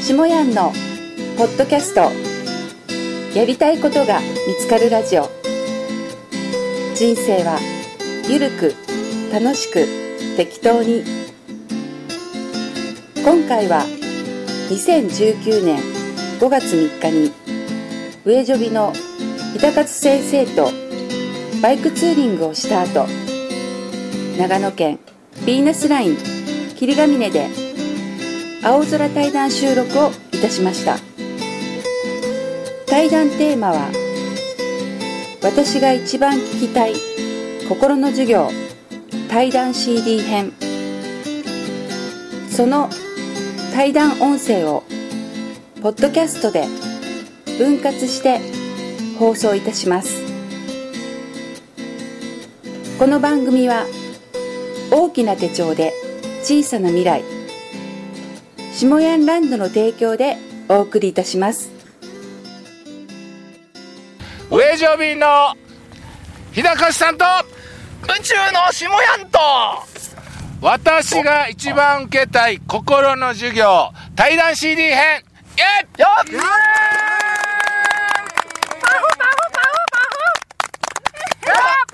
しもやんのポッドキャストやりたいことが見つかるラジオ人生はゆるく楽しく適当に今回は2019年5月3日に上ジョビの板勝先生とバイクツーリングをした後長野県ビーナスライン霧ヶ峰で青空対談収録をいたしました対談テーマは「私が一番聞きたい心の授業対談 CD 編」その対談音声をポッドキャストで分割して放送いたしますこの番組は大きな手帳で小さな未来下ヤンランドの提供でお送りいたします上場便の日高さんと宇宙の下やんと私が一番受けたい心の授業対談 CD 編イエよっ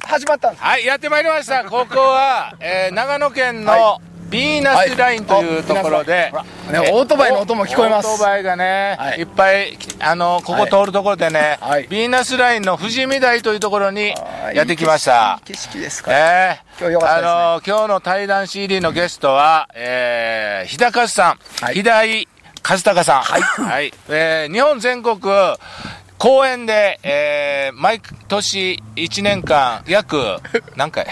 始まったんですはいやってまいりま したここは、えー長野県のはヴィーナスラインというところで、ほらねオートバイの音も聞こえますオートバイがね、、はいいっぱいきあのここ通るところでね、はいヴィーナスラインの富士見台というところにやってきましたいい景色いい景色ですから、ええ今日良かったですねあのー今日の対談 CD のゲストは、えー、日高さん、はい日田井和孝さん。はい。えー日本全国、公演で、えー毎年1年間、 約、何回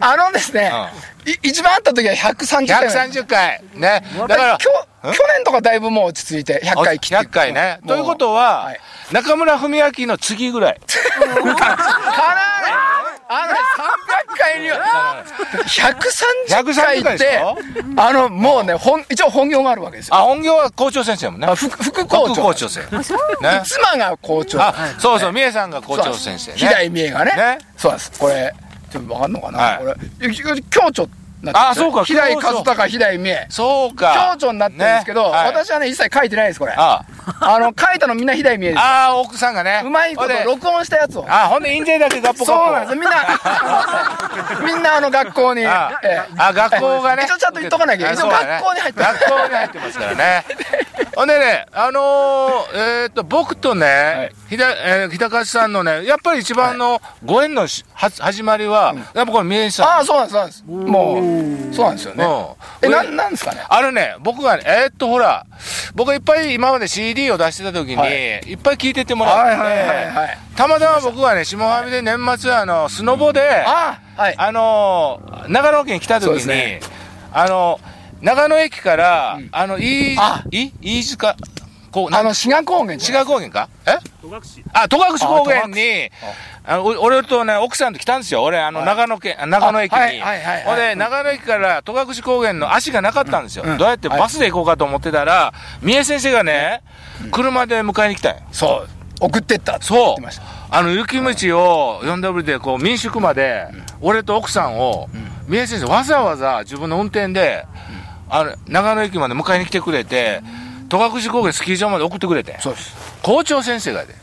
あのですね、い一番あった時は130回 ?130 回。ね。だかだからら、去去年とかだいぶもう落ち着いて100回切って100回ね。ということはは、はい中村文明の次ぐらい。あのね300回には130 130回回っでてしょあのもうね本一応本業があるわけですよあ、本業は校長先生もねあ。副副校長副校長先生。ね。妻が校長あ、そうそう、三重さんが校長先生ね。そうなんです肥大三重がねねそうなんですこれちょっと分かんのかな、はいこれい教長になってるあそうか肥大そうそう和孝肥大三重そうか。教長になってるんですけど、ねはい私はね一切書いてないですこれああの書いたのみんな肥大三重ですあ、ああ奥さんがね。うまいこほんでと録音したやつをあ、ほんで、印税だけガッポガッポ。そうなんですみんな みんなあの学校にあええあ、学校がね。一応ちゃんと言っとかなきゃあ一応そうだね学校に入ってます学校に入ってますから ね。ほんでね、あのー、えっと、僕とねい、ひだ、えー、ひだかしさんのね、やっぱり一番のご縁のしは始まりは、やっぱこれ、三重さん。ああそうなんですそうなんですもうそうなんですよねうんえななんですかねあのね、僕がね、えーっとほら、僕いっぱい今まで CD を出してた時に、、はいっぱい聞いててもらって、はいはいはいはいたまたま僕はね、下半で年末あの、スノボで、ああはいあのー、長野県来たそう時でに、すねあの、長野駅から、あの、いいあ、い、飯塚、こう、なあんの志賀高原志賀高原かえ戸隠あ、戸隠高原に、あのお俺とね、奥さんと来たんですよ。俺、あの、長野県、あ長野駅に。あはいはいはいはいほんで、長野駅から戸隠高原の足がなかったんですよ。うんうんどうやってバスで行こうかと思ってたら、三重先生がね、車で迎えに来たんよ。そう送ってったって言そっうてました。あの、雪道を 4W で、こう、民宿まで、俺と奥さんを、三重先生、わざわざ自分の運転で、あの、長野駅まで迎えに来てくれて、戸隠高原スキー場まで送ってくれて。そうです校長先生がやで。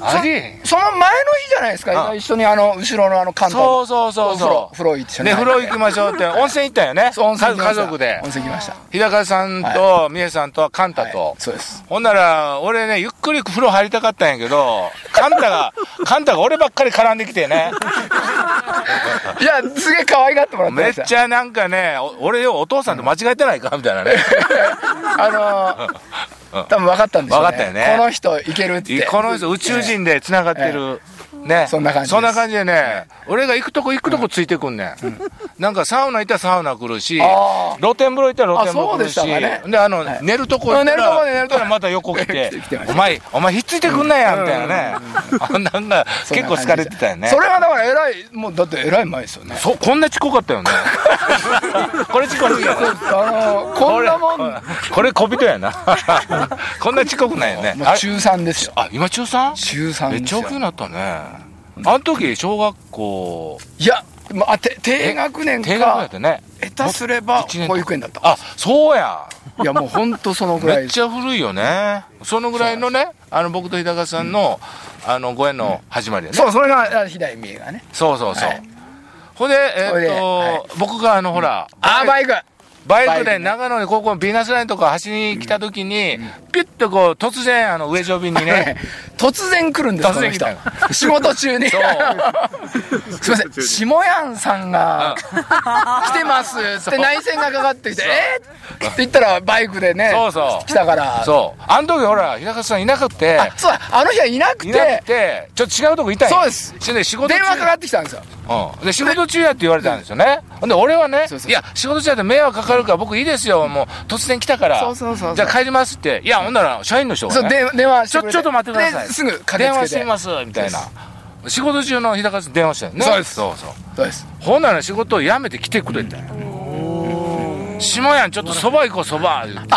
ありえへん。その前の日じゃないですかあ一緒にあの後ろのあの関東そうそうそうそう。お風呂風呂行ってね、風呂行きましょう って、温泉行ったよね。そう温泉行きま家した族で温。泉行きました日高さんと、美恵さんと、カンタはとい。そうですほんなら、俺ね、ゆっくり風呂入りたかったんやけど、カンタ が、カンタが俺ばっかり絡んできてね。いやすげえ可愛がってもらって まめっしたちゃなんかね、お俺よ、お父さんと間違えてないかみたいな ね。あのー、多分分かったんでしょう分かねったよねこの人いけるってこの人、宇宙人で繋がってる。ね。そんな感じですそんな感じでね、俺が行くとこ行くとこついてくんねん。なんかサウナ行ったらサウナ来るし、あー露天風呂行ったら露天風呂来るし、あそうでしたかねで、あの、はい寝るとこ行ったあ寝るとこら、ね寝るとこねまた横来て 来てまし、たお前、お前ひっついてくんなや、みたいなね。 なんか、そん結な構好感じでかれてたよね。それがだから偉いもうだって偉い前ですよねそ、こんなちこかった よね。これちこるよ。あのーこんなもんもこれ小人やな。 こんな遅刻ないよね。あう中3ですよあ、今中 3? 中3めっでちすゃよ大きくなったね。あの時、小学校、いやまあて低学年低学年やっかたよね。下手すれば一年保育園だったあ、そうや。いやもう本当そのぐらめっいちゃ古いよねそのぐらいのねあの僕と日高さんの,、あのご縁の始まりやね、そうそれがあ左見えがねそうそうそう、はいほんでえーっほいとではい僕があのほら、あーバイクバイクバイでクね長野に高校のビーナスラインとか走りに来た時に、ピュッとこう突然あの上上便に ねね突然来るんです突然来たこの人仕事中にすそうい ません下屋さんが来てますって内線がかかってきてえーって言ったらバイクでねそうそう来たからそうあの時ほら日高さんいなくてあそうだあの日はいなくいなてくてちょっと違うとこいたんやそうですそれで仕事中電話かかってきたんですようん、で仕事中やって言われたんですよねほんで俺はねそうそういや仕事中やって迷惑かかるから僕いいですよもう突然来たからそうそうそうそうじゃあ帰りますっていやほんなら社員の人が、ね、そう電電話しちてょくれちょっと待ってくださいですぐ駆電け話つしけててみますみたいな仕事中の日高さん電話してんねそうですそうそうそうですほんなら仕事を辞めて来てくれたんや下やんちょっとそば行こうそば言って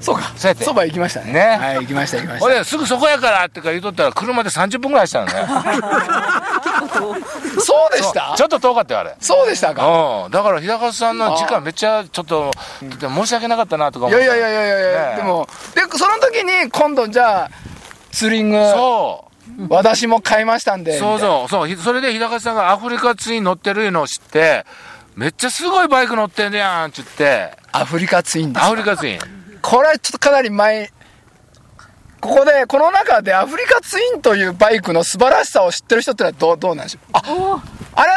そうかそうやってそば行きましたねねはい行きました行きまし ほんたですぐそこやからってか言うとったら車で30分ぐらいしたのねそうでしたちょっと遠かったよあれそうでしたかうん、だから日高さんの時間めっちゃちょっと申し訳なかったなとかい思っやていやいやいやいやいやねえでもでその時に今度じゃあスリングそ私も買いましたんうでそうそうそうひそれで日高さんがアフリカツイン乗ってるいうのを知ってめっちゃすごいバイク乗ってんねやんっつってアフリカツインですアフリカツインこれはちょっとかなり前ここでこの中でアフリカツインというバイクの素晴らしさを知ってる人ってのはどうどうなんでしょうあありがとうご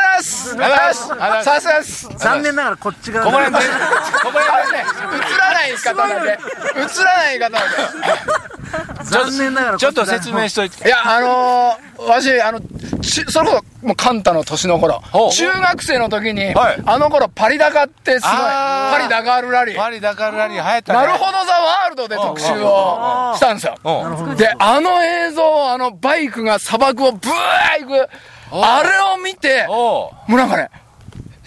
ざいますあありりがとうございますがとうございますさすがです残念ながらこっち側ここらだ辺 全ここらあ辺のね映らない方なんで映らない方なんで残念ながらこちょっとちら説明しといていやあのー、わしあのちそれこそもうカンタの年の頃ほう中学生の時に、はいあの頃パリダカってすごいあーパリダガールラリーパリダカルラリー流行ったねなるほどザワールドで特集をしたんですようんであの映像あのバイクが砂漠をブワー行くおあれを見てもおううなんかね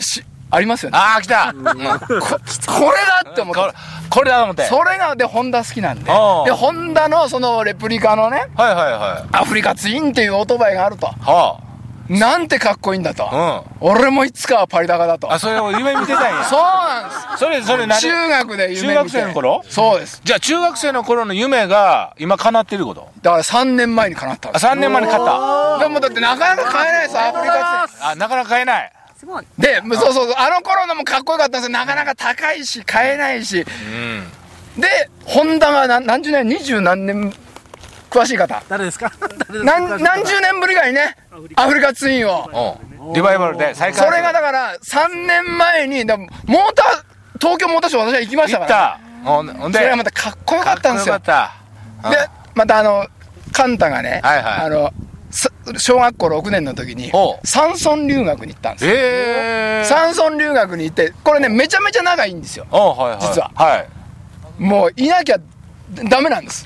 しありますよねああ来た、うんここれだって思っこれてこれだと思ってそれがでホンダ好きなんでおうでホンダのそのレプリカのねはいはいはいアフリカツインっていうオートバイがあるとはなんてかっこいいんだとあ俺もいつかはパリ高だとうんあそれを夢見てたんや そうなんですそれそれ何中学で夢見て中学生の頃そうですじゃあ中学生の頃の夢が今叶ってることだから3年前にかなったんあです3年前に買ったでもだってなかなか買えないですアフリカツインあなかなか買えないすごい。でもうそうそうそうあの頃のもかっこよかったんですよなかなか高いし買えないしうんでホンダが何何十年二十何年詳しい方誰ですか誰何ですか何十年ぶりかにねアフリカツインをうんリバイバルで再そ開れがだから3年前にだモーター東京モーターショー私は行きました行かっらたほんほんそでれがまたかっこよかったんですよかこかったでまたあのカンタがね、はいはいあのさ小学校6年の時にほう山村留学に行ったんですよええ山村留学に行ってこれねめちゃめちゃ仲いいんですよおはいはい実ははいもういなきゃダメなんです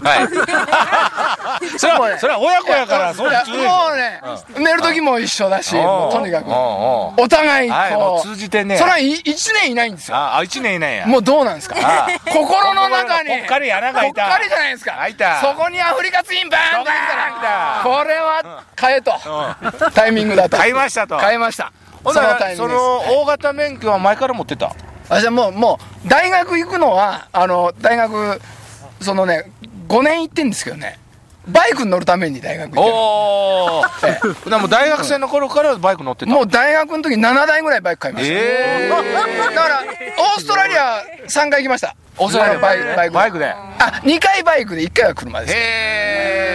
はい それはそれは親子やからそういや通もじうるおね、寝る時も一緒だしうもうとにかくおうおうお互いこう,、はいもう通じてんねやそれは1年いないんですよああ一年いないや もうどうなんですかああ心の中にぽっかり穴が開いたぽっかりじゃないですか開いたそこにアフリカツインバーンドとカこれは買えとタイミングだと買いましたと買いましたほんそなのらタイミンそグですの大型免許は前から持ってた私はもうもう大学行くのはあの大学そのね5年行ってんですけどねバイクに乗るために大学行っておおえでもう大学生の頃からバイク乗ってるたもう大学の時7台ぐらいバイク買いました、えだからオーストラリア3回行きましたオーストラリアバイクバイクバイクであ2回バイクで1回は車ですへ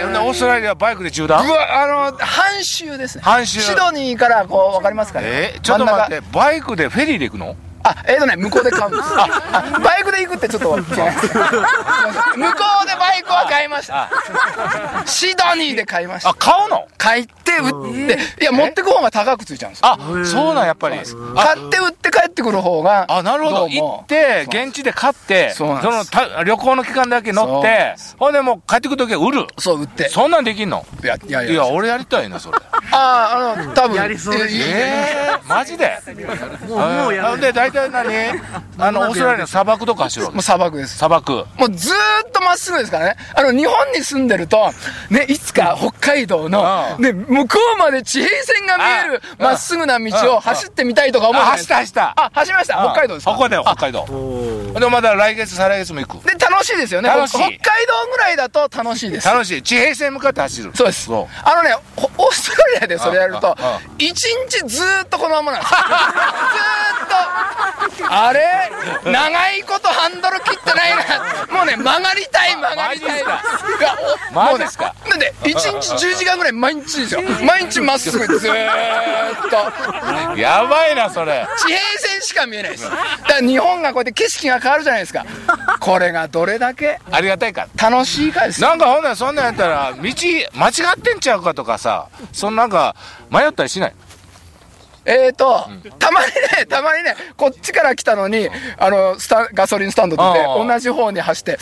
えほんでオーストラリアバイクで縦う断わあの半周ですね半周シドニーからこう分かりますかねえーちょっと待っ真ん中てバイクでフェリーで行くのあえっ、とね向こうで買 うんですああバイクで行くってちょっと違います向こうでバイクは買いましたシドニーで買いましたあ買うの買って売っていや持ってく方が高くついちゃうんですよあそうなんやっぱりあ買って売って帰ってくる方があなるほどうも行って現地で買ってそそうなんでのすた旅行の期間だけ乗そうっなんてでほんでもう帰ってくる時は売るそう売ってそんなんできんのいやいやいいや や俺やりたいなそれあああの多分やりそうですねえー、マジでもうもうやならんないで大体 何あのオーストラリアの砂漠とか走るわもけう砂漠です砂漠もうずーっとまっすぐですからね。あの、日本に住んでると、ね、いつか北海道の、うんね、向こうまで地平線が見えるうんまっすぐなうん道を走ってみたいとか思うあじゃないで走っすたか。走ったあ、走りました。北海道ですか北海道北海道おーでまだ来月再来月も行 くで、楽しいですよね。楽しい北海道ぐらいだと楽しいです。楽しい地平線向かって走るそうです。あそのね、ほオーストラリアでそれやるうんとうんうん、一日ずーっとこのままなんですよ。ずーっと。あれ長いことハンドル切ってないな。もうね、曲がりたい、曲がりたい。いマやジですおマジもうでねすかなんで、一日10時間ぐらい毎日ですよ。毎日まっすぐずーっと。うやばいなそれ地平線しか見えないです。だから日本がこうやって景色が変わるじゃないですか。これがどれだけありがたいから楽しいかですよ。なんかほんならそんなんやったら道間違ってんちゃうかとかさそんなんか迷ったりしないえーと、たまにね、たまにね、こっちから来たのに、あの、スタガソリンスタンドで、うん同じ方に走って、ん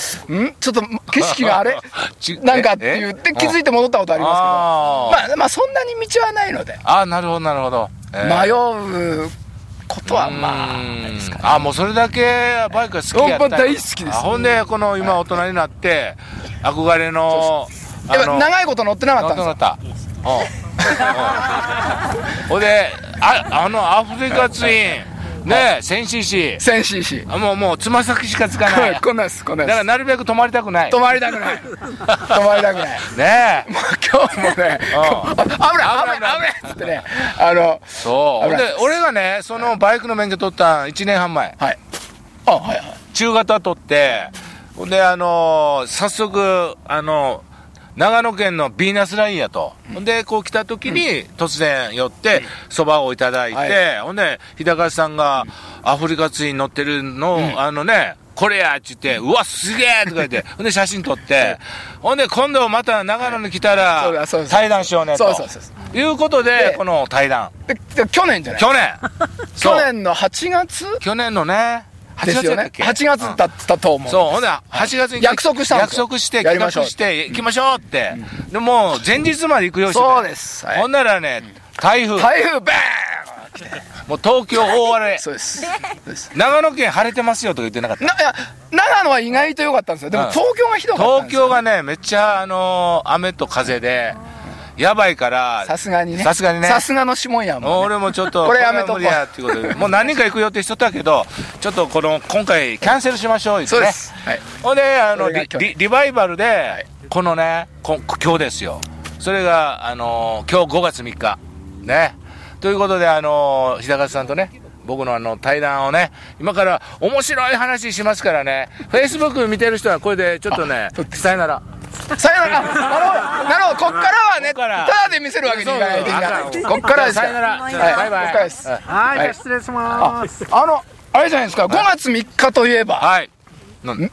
ちょっと景色があれ ちなんかって言っえてえ気づいて戻ったことありまあすけど、まあ、まあ、そんなに道はないので、ああなるほどなるほど、えー迷うことはまあ、うんあもうそれだけバイクが好きやったんや大好きですあほんでこの今大人になって憧れのやっぱ長いこと乗ってなかったんです乗よ。った乗ったうんうんほんでああのアフリカツインね 1000cc 千 cc。あもうもうつま先しかつかないだ こんなんです、こんなんでからす。なるべく止まりたくない止まりたくない。止まりたくない。ねえもう今日もね、うん危ない、危ない、危ないっつってね、あの、そうほん危ないで俺がねそのバイクの免許取ったん1年半前はい。あ、はいはい。中型取ってほんであのー早速あのー長野県のヴィーナスラインやと、ほんでこう来た時に突然寄ってそば、をいただいて、はほんで日高さんがアフリカツイン乗ってるのを、あのねこれやっちって、うわ、すげえとか言 って、ほんで写真撮って、ほんで今度また長野に来たらそうだそう、だ対談しようねと。そうそうそうそいうことでで、この対談。でで去年じゃない去年 去そう年の8月去年のね、8です月やよったっね。け8月だったと思う。そう、ほんで、8月に約束したんで約すよ束して、や企り画ましょうして、行きましょうって。でも、前日まで行くようそうですはいほんならね、台風、台風バもう東京大荒れーン、そうです。そうです長野県晴れてますよとか言ってなかった。な、いや、長野は意外と良かったんですよ。でもうん東京がひどかったん東ですよ。京がね、めっちゃ、あのー、雨と風で、やばいから、さすがにね。さすがにねさすがの下屋もうもね。俺もちょっと、これやめとこう無理やっていうことで、もう何人か行く予定しとったけど、ちょっとこの、今回キャンセルしましょう言ってそうねで。す。はい。ほんであのそれがリ去年リリバイバルでこのねこ今日ですよそれがあのー今日5月3日ねということであのー日高さんとね僕のあの対談をね今から面白い話しますからねフェイスブック見てる人はこれでちょっとねさよなら さよなら。あなるほど。なるほど。こっからはね、こっからただで見せるわけにいかないといけそうなそうい。こっからですさかよならら。じゃあはいバイバイこっからですはいはい、じはゃあい失礼しますあの、あれじゃないですか、5月3日といえば、はいなん2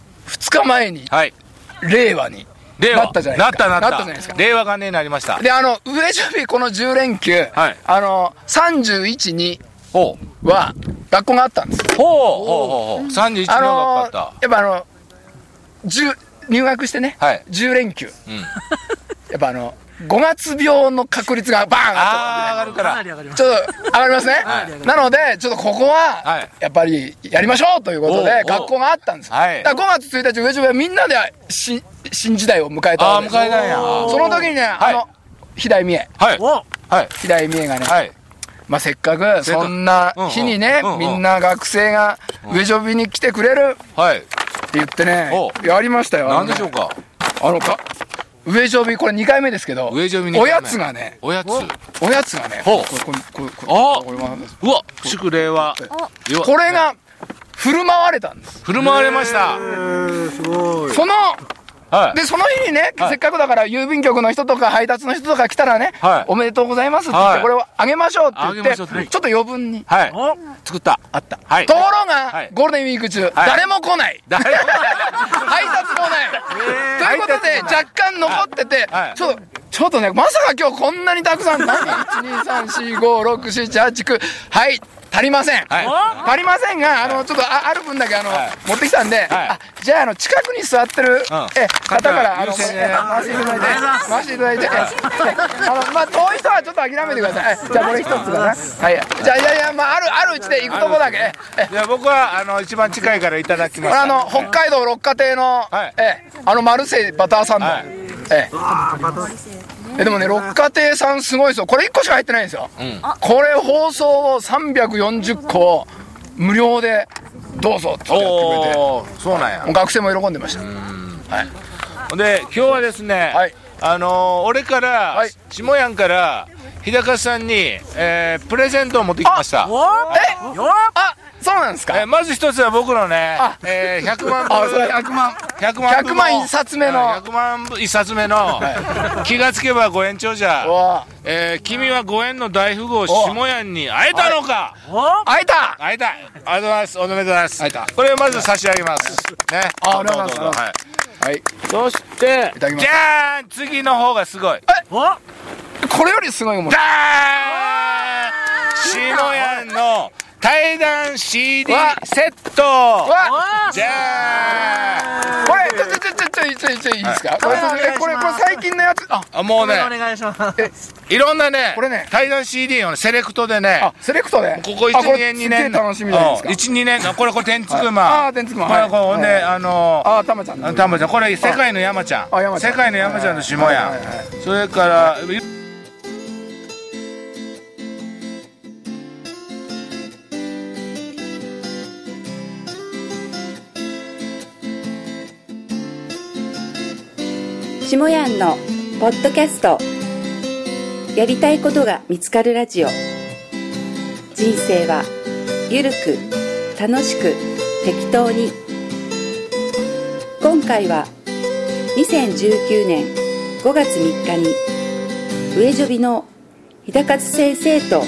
日前に、はい令和に。令和なったじゃないですかなったななったったじゃないですか令和元年になりましたで、あの、上準備この10連休、はいあの、31、2ほうは、学校があったんです。ほうほうほうほう31のあの方がかやっぱあの10入学してね、はい10連休、んやっぱあの5月病の確率がバーンあー上が上がっるかからなり上がりまてちすょっと上がりますね、はいなのでちょっとここははいやっぱりやりましょうということおうおでう学校があったんですよ、はいだから5月1日上島はみんなで新新時代を迎えたあわあけ迎えですたんやその時にね、はいあの左見えはいおはい左見えがね、はいまあ、せっかくせっかくそんな日にね、うんうんうんうんみんな学生が上ジョビに来てくれるはいって言ってねおやりましたよ何でしょうかかあのか上ジョビこれ2回目ですけど上ジョビ二回目おやつがねおやつおやつがねほうこれこれこれあこれこうわ祝令和れこれが振る舞われたんです振る舞われましたえー、すごいそのはでその日にね、はいせっかくだから郵便局の人とか配達の人とか来たらね、はいおめでとうございますって言って、はいこれをあげましょうってあげ言っまてしょうってちょっと余分にはいお作ったあった、はいところが、はいゴールデンウィーク中、誰も来ない誰も配達もない、えーということで若干残ってて、はいちょっとちょっとねまさか今日こんなにたくさん何 ?12345678 9はい足りません。は足りませんが、あの、ちょっとあある分だけあの、はい持ってきたんで、はいあじゃあ、あの、近くに座ってる、え方から、あの、優回し先てでいただいて、回していただいて、えあの、まあ、遠い人はちょっと諦めてください。えじゃあ、これ一つかな。はい。じゃあ、いやいや、まあ、ある、あるうちで行くとこだけ、えい、じゃあ僕はあの一番近いからいただきまこれすあの、北海道六花亭の、はいええあの、マルセイバターサンド。はいええあーまたえでもね、六花亭さんすごいですよ。これ1個しか入ってないんですよ。これ放送を340個を無料でどうぞって言ってやってくれて、おおそうなんやもう学生も喜んでました。で今日はですね、はいあのー俺から、はい下やんから日高さんに、えープレゼントを持ってきましたおえーよあ、そうなんですえーか。まず一つは僕のねあ、えー、100万あ、それ100万。 100万部100万一冊目のはい100万部一冊目の、気がつけばご縁長者う、わえー君はご縁の大富豪下屋に会えたのか、っお開いた。会えたありがとうございますおめでとうございます会えたこれをまず差し上げますねどうあぞありがとうどごうぞざはいはい。そしていただきますじゃーん次の方がすごいおおこれよりすごいもん。ダーン下屋の対談 CD わセットわ、じゃーんこれちょちょちょちょちょちょちょいいですか。これはいえこれこれ最近のやつ。あ、あもうねお願いしますいろんなねこれね対談 CD をねセレクトでねあ、セレクトで。ここ1あれ年2年すっげえ楽しみじゃないですか。 12年これこれ天竺馬ああー、天竺マン。これはいこれねあのーあ、たまちゃあんの。のたまちゃんこれ世界の山ちゃんあ山ちゃん世界の山ちゃんの下はいはいはいやんそれからしもやんのポッドキャストやりたいことが見つかるラジオ人生はゆるく楽しく適当に今回は2019年5月3日に上ジョビの日高津先生と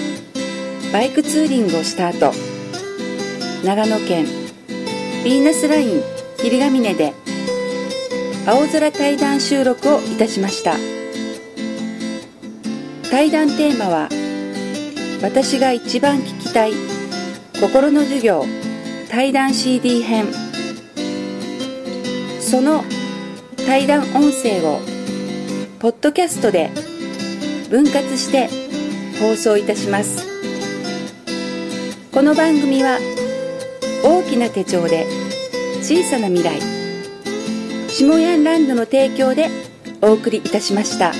バイクツーリングをした後長野県ヴィーナスライン霧ヶ峰で青空対談収録をいたしました対談テーマは「私が一番聞きたい心の授業対談 CD 編」その対談音声をポッドキャストで分割して放送いたしますこの番組は大きな手帳で小さな未来下ヤンランドの提供でお送りいたしました。